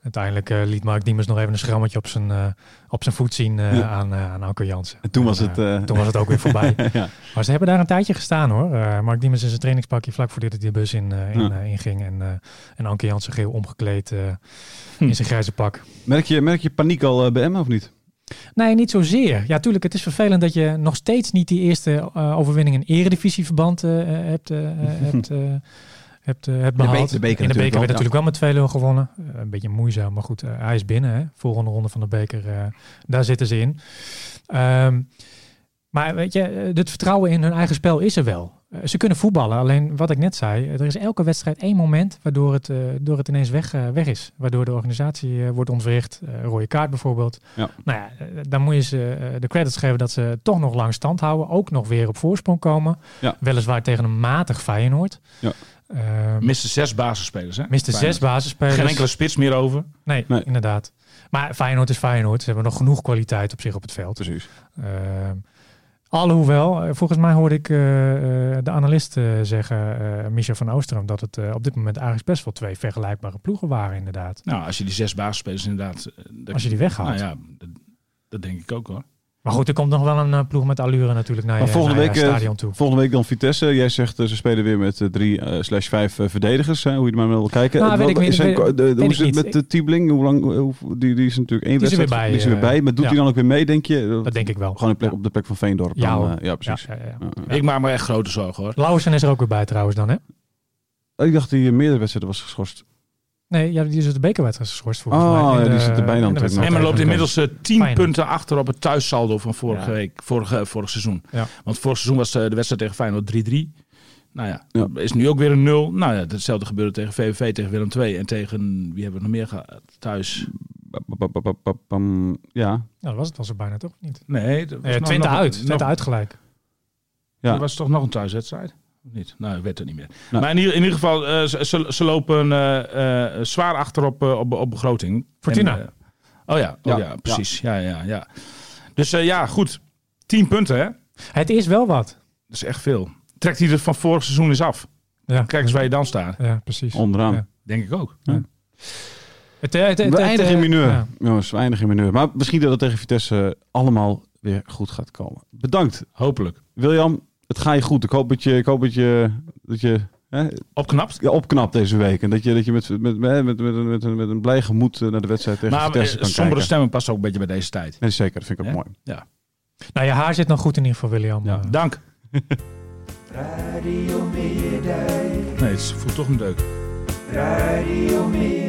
Speaker 2: Uiteindelijk eh, liet Mark Diemers nog even een schrammetje op zijn, eh, op zijn voet zien eh,
Speaker 1: Ja.
Speaker 2: aan, eh aan Anko Jansen.
Speaker 1: En toen was
Speaker 2: eh,
Speaker 1: het, eh,
Speaker 2: toen was het ook weer voorbij.
Speaker 1: Ja.
Speaker 2: Maar ze hebben daar een tijdje gestaan hoor. Eh, Mark Diemers in zijn trainingspakje vlak voordat hij de bus in, eh, in,
Speaker 1: Ja.
Speaker 2: eh, inging. En, eh en Anke Jansen geel omgekleed eh,
Speaker 1: Hm.
Speaker 2: in zijn grijze pak.
Speaker 1: Merk je, merk je paniek al eh, bij Emma of niet?
Speaker 2: Nee, niet zozeer. Ja, tuurlijk, het is vervelend dat je nog steeds niet die eerste eh, overwinning in eredivisieverband eh, eh, hebt, eh, eh, hebt, eh, hebt, eh, hebt
Speaker 1: beker-
Speaker 2: behaald.
Speaker 1: de beker
Speaker 2: in
Speaker 1: natuurlijk
Speaker 2: de beker
Speaker 1: wel,
Speaker 2: werd
Speaker 1: ja.
Speaker 2: natuurlijk wel met 2-0 gewonnen. Eh, een beetje moeizaam, maar goed, eh, hij is binnen. Hè. Volgende ronde van de beker, eh, daar zitten ze in. Ehm, maar weet je, eh, het vertrouwen in hun eigen spel is er wel. Eh, Ze kunnen voetballen, alleen wat ik net zei, eh, er is elke wedstrijd één moment waardoor het, eh, door het ineens weg, eh, weg is. Waardoor de organisatie eh, wordt ontwricht, eh, rode kaart bijvoorbeeld.
Speaker 1: Ja.
Speaker 2: Nou ja, eh, dan moet je ze eh, de credits geven dat ze toch nog lang stand houden. Ook nog weer op voorsprong komen.
Speaker 1: Ja.
Speaker 2: Weliswaar tegen een matig Feyenoord.
Speaker 1: Ja.
Speaker 2: Eh,
Speaker 3: Miste zes basisspelers, hè?
Speaker 2: miste zes
Speaker 3: Feyenoord.
Speaker 2: basisspelers.
Speaker 3: Geen enkele spits meer over.
Speaker 2: Nee,
Speaker 1: Nee.
Speaker 2: inderdaad. Maar Feyenoord is Feyenoord. Ze hebben nog genoeg kwaliteit op zich op het veld.
Speaker 1: Precies.
Speaker 2: Ehm, alhoewel, eh, volgens mij hoorde ik eh, eh, de analist eh, zeggen, eh Michel van Oostrom, dat het eh, op dit moment eigenlijk best wel twee vergelijkbare ploegen waren, inderdaad.
Speaker 3: Nou, als je die zes basisspelers inderdaad... eh, dat-
Speaker 2: Als je die weghaalt.
Speaker 3: Nou ja, dat, dat denk ik ook hoor.
Speaker 2: Maar goed, er komt nog wel een eh, ploeg met allure natuurlijk naar je,
Speaker 1: Maar volgende
Speaker 2: naar je
Speaker 1: week, eh,
Speaker 2: stadion toe.
Speaker 1: Volgende week dan Vitesse. Jij zegt eh, ze spelen weer met eh, drie eh, slash vijf eh, verdedigers. Hè? Hoe je er maar mee wil kijken.
Speaker 2: Nou,
Speaker 1: Eh,
Speaker 2: weet ik
Speaker 1: wat- is
Speaker 2: niet,
Speaker 1: zijn-
Speaker 2: weet-
Speaker 1: de-
Speaker 2: weet
Speaker 1: hoe
Speaker 2: ik
Speaker 1: zit het
Speaker 2: niet.
Speaker 1: met de Tiebeling? Hoe lang, eh, hoe- die, die is natuurlijk één
Speaker 2: Die is
Speaker 1: wedstrijd.
Speaker 2: er weer bij,
Speaker 1: die is er weer
Speaker 2: eh,
Speaker 1: bij. Maar doet
Speaker 2: ja.
Speaker 1: hij dan ook weer mee, denk je?
Speaker 2: Dat denk ik wel.
Speaker 1: Gewoon een plek, op de plek van Veendorp.
Speaker 2: Ja,
Speaker 1: dan,
Speaker 2: hoor.
Speaker 1: eh, ja precies.
Speaker 2: Ja, ja, ja.
Speaker 1: Ja, ja.
Speaker 3: Ik maak me echt grote zorgen hoor.
Speaker 2: Lauwersen is er ook weer bij trouwens dan, hè?
Speaker 1: Ik dacht dat hij in meerdere wedstrijden was geschorst.
Speaker 2: Nee, ja, die is uit de bekerwedstrijd geschorst volgens
Speaker 1: Oh,
Speaker 2: mij. In
Speaker 1: ja,
Speaker 2: de-
Speaker 1: die zit erbij dan
Speaker 2: in de
Speaker 1: natuurlijk nog.
Speaker 2: wedstrijd
Speaker 3: En men loopt
Speaker 2: tegen-
Speaker 3: inmiddels eh, 10
Speaker 2: Feyenoord.
Speaker 3: punten achter op het thuissaldo van vorige
Speaker 1: Ja.
Speaker 3: week, vorige, vorig seizoen. eh,
Speaker 2: Ja.
Speaker 3: Want vorig seizoen was eh, de wedstrijd tegen Feyenoord 3-3. Nou ja,
Speaker 1: Ja.
Speaker 3: is nu ook weer een nul. Nou ja, hetzelfde gebeurde tegen VVV, tegen Willem II en tegen wie hebben we nog meer gehad thuis?
Speaker 1: Ba- ba- ba- ba- ba- bam. Ja,
Speaker 2: Nou, dat was het was er bijna toch niet.
Speaker 3: Nee, dat was
Speaker 2: Eh
Speaker 3: nog-
Speaker 2: Twente
Speaker 3: nog-
Speaker 2: uit.
Speaker 3: nog-
Speaker 2: Twente uit gelijk.
Speaker 1: Ja.
Speaker 3: Er was toch nog een thuiswedstrijd? Of niet? Nou, ik weet het niet meer.
Speaker 1: Nou.
Speaker 3: Maar in ieder, in ieder geval, eh, ze, ze- ze lopen eh, eh, zwaar achter op, eh, op, op begroting.
Speaker 2: Fortuna.
Speaker 3: En, eh, oh ja, oh ja,
Speaker 1: Ja,
Speaker 3: precies. Ja, ja, ja. Dus eh, ja, goed. 10 punten, hè?
Speaker 2: Het is wel wat.
Speaker 3: Dat is echt veel. Trekt hij er van vorig seizoen eens af.
Speaker 2: Ja,
Speaker 3: Kijk eens waar je dan staat.
Speaker 2: ja precies.
Speaker 1: onderaan.
Speaker 2: Ja.
Speaker 3: Denk ik ook.
Speaker 2: Het, eh, het, het,
Speaker 1: We
Speaker 2: het,
Speaker 1: eindigen
Speaker 2: eh,
Speaker 1: in mineur.
Speaker 2: ja.
Speaker 1: Jongens, we eindigen in mineur. Maar misschien dat het tegen Vitesse eh, allemaal weer goed gaat komen. Bedankt,
Speaker 3: Hopelijk.
Speaker 1: William. Het gaat je goed. Ik hoop dat je, ik hoop dat je, dat je hè,
Speaker 3: Opknapt.
Speaker 1: ja, opknapt deze week. En dat je, dat je met, met, met, met, met, een- met een- met een blij gemoed eh, naar de wedstrijd tegen
Speaker 3: Maar eh,
Speaker 1: Vitesse kan
Speaker 3: sombere
Speaker 1: kijken.
Speaker 3: stemming past ook een beetje bij deze tijd.
Speaker 1: Nee, zeker. Dat vind ik ook
Speaker 3: Hè?
Speaker 1: mooi.
Speaker 2: Nou, je haar zit nog goed in ieder geval, William.
Speaker 1: Ja.
Speaker 2: Eh,
Speaker 3: Dank.
Speaker 4: Radio Meerdijk,
Speaker 3: Nee, het voelt toch een deuk.
Speaker 4: Radio Meerdijk.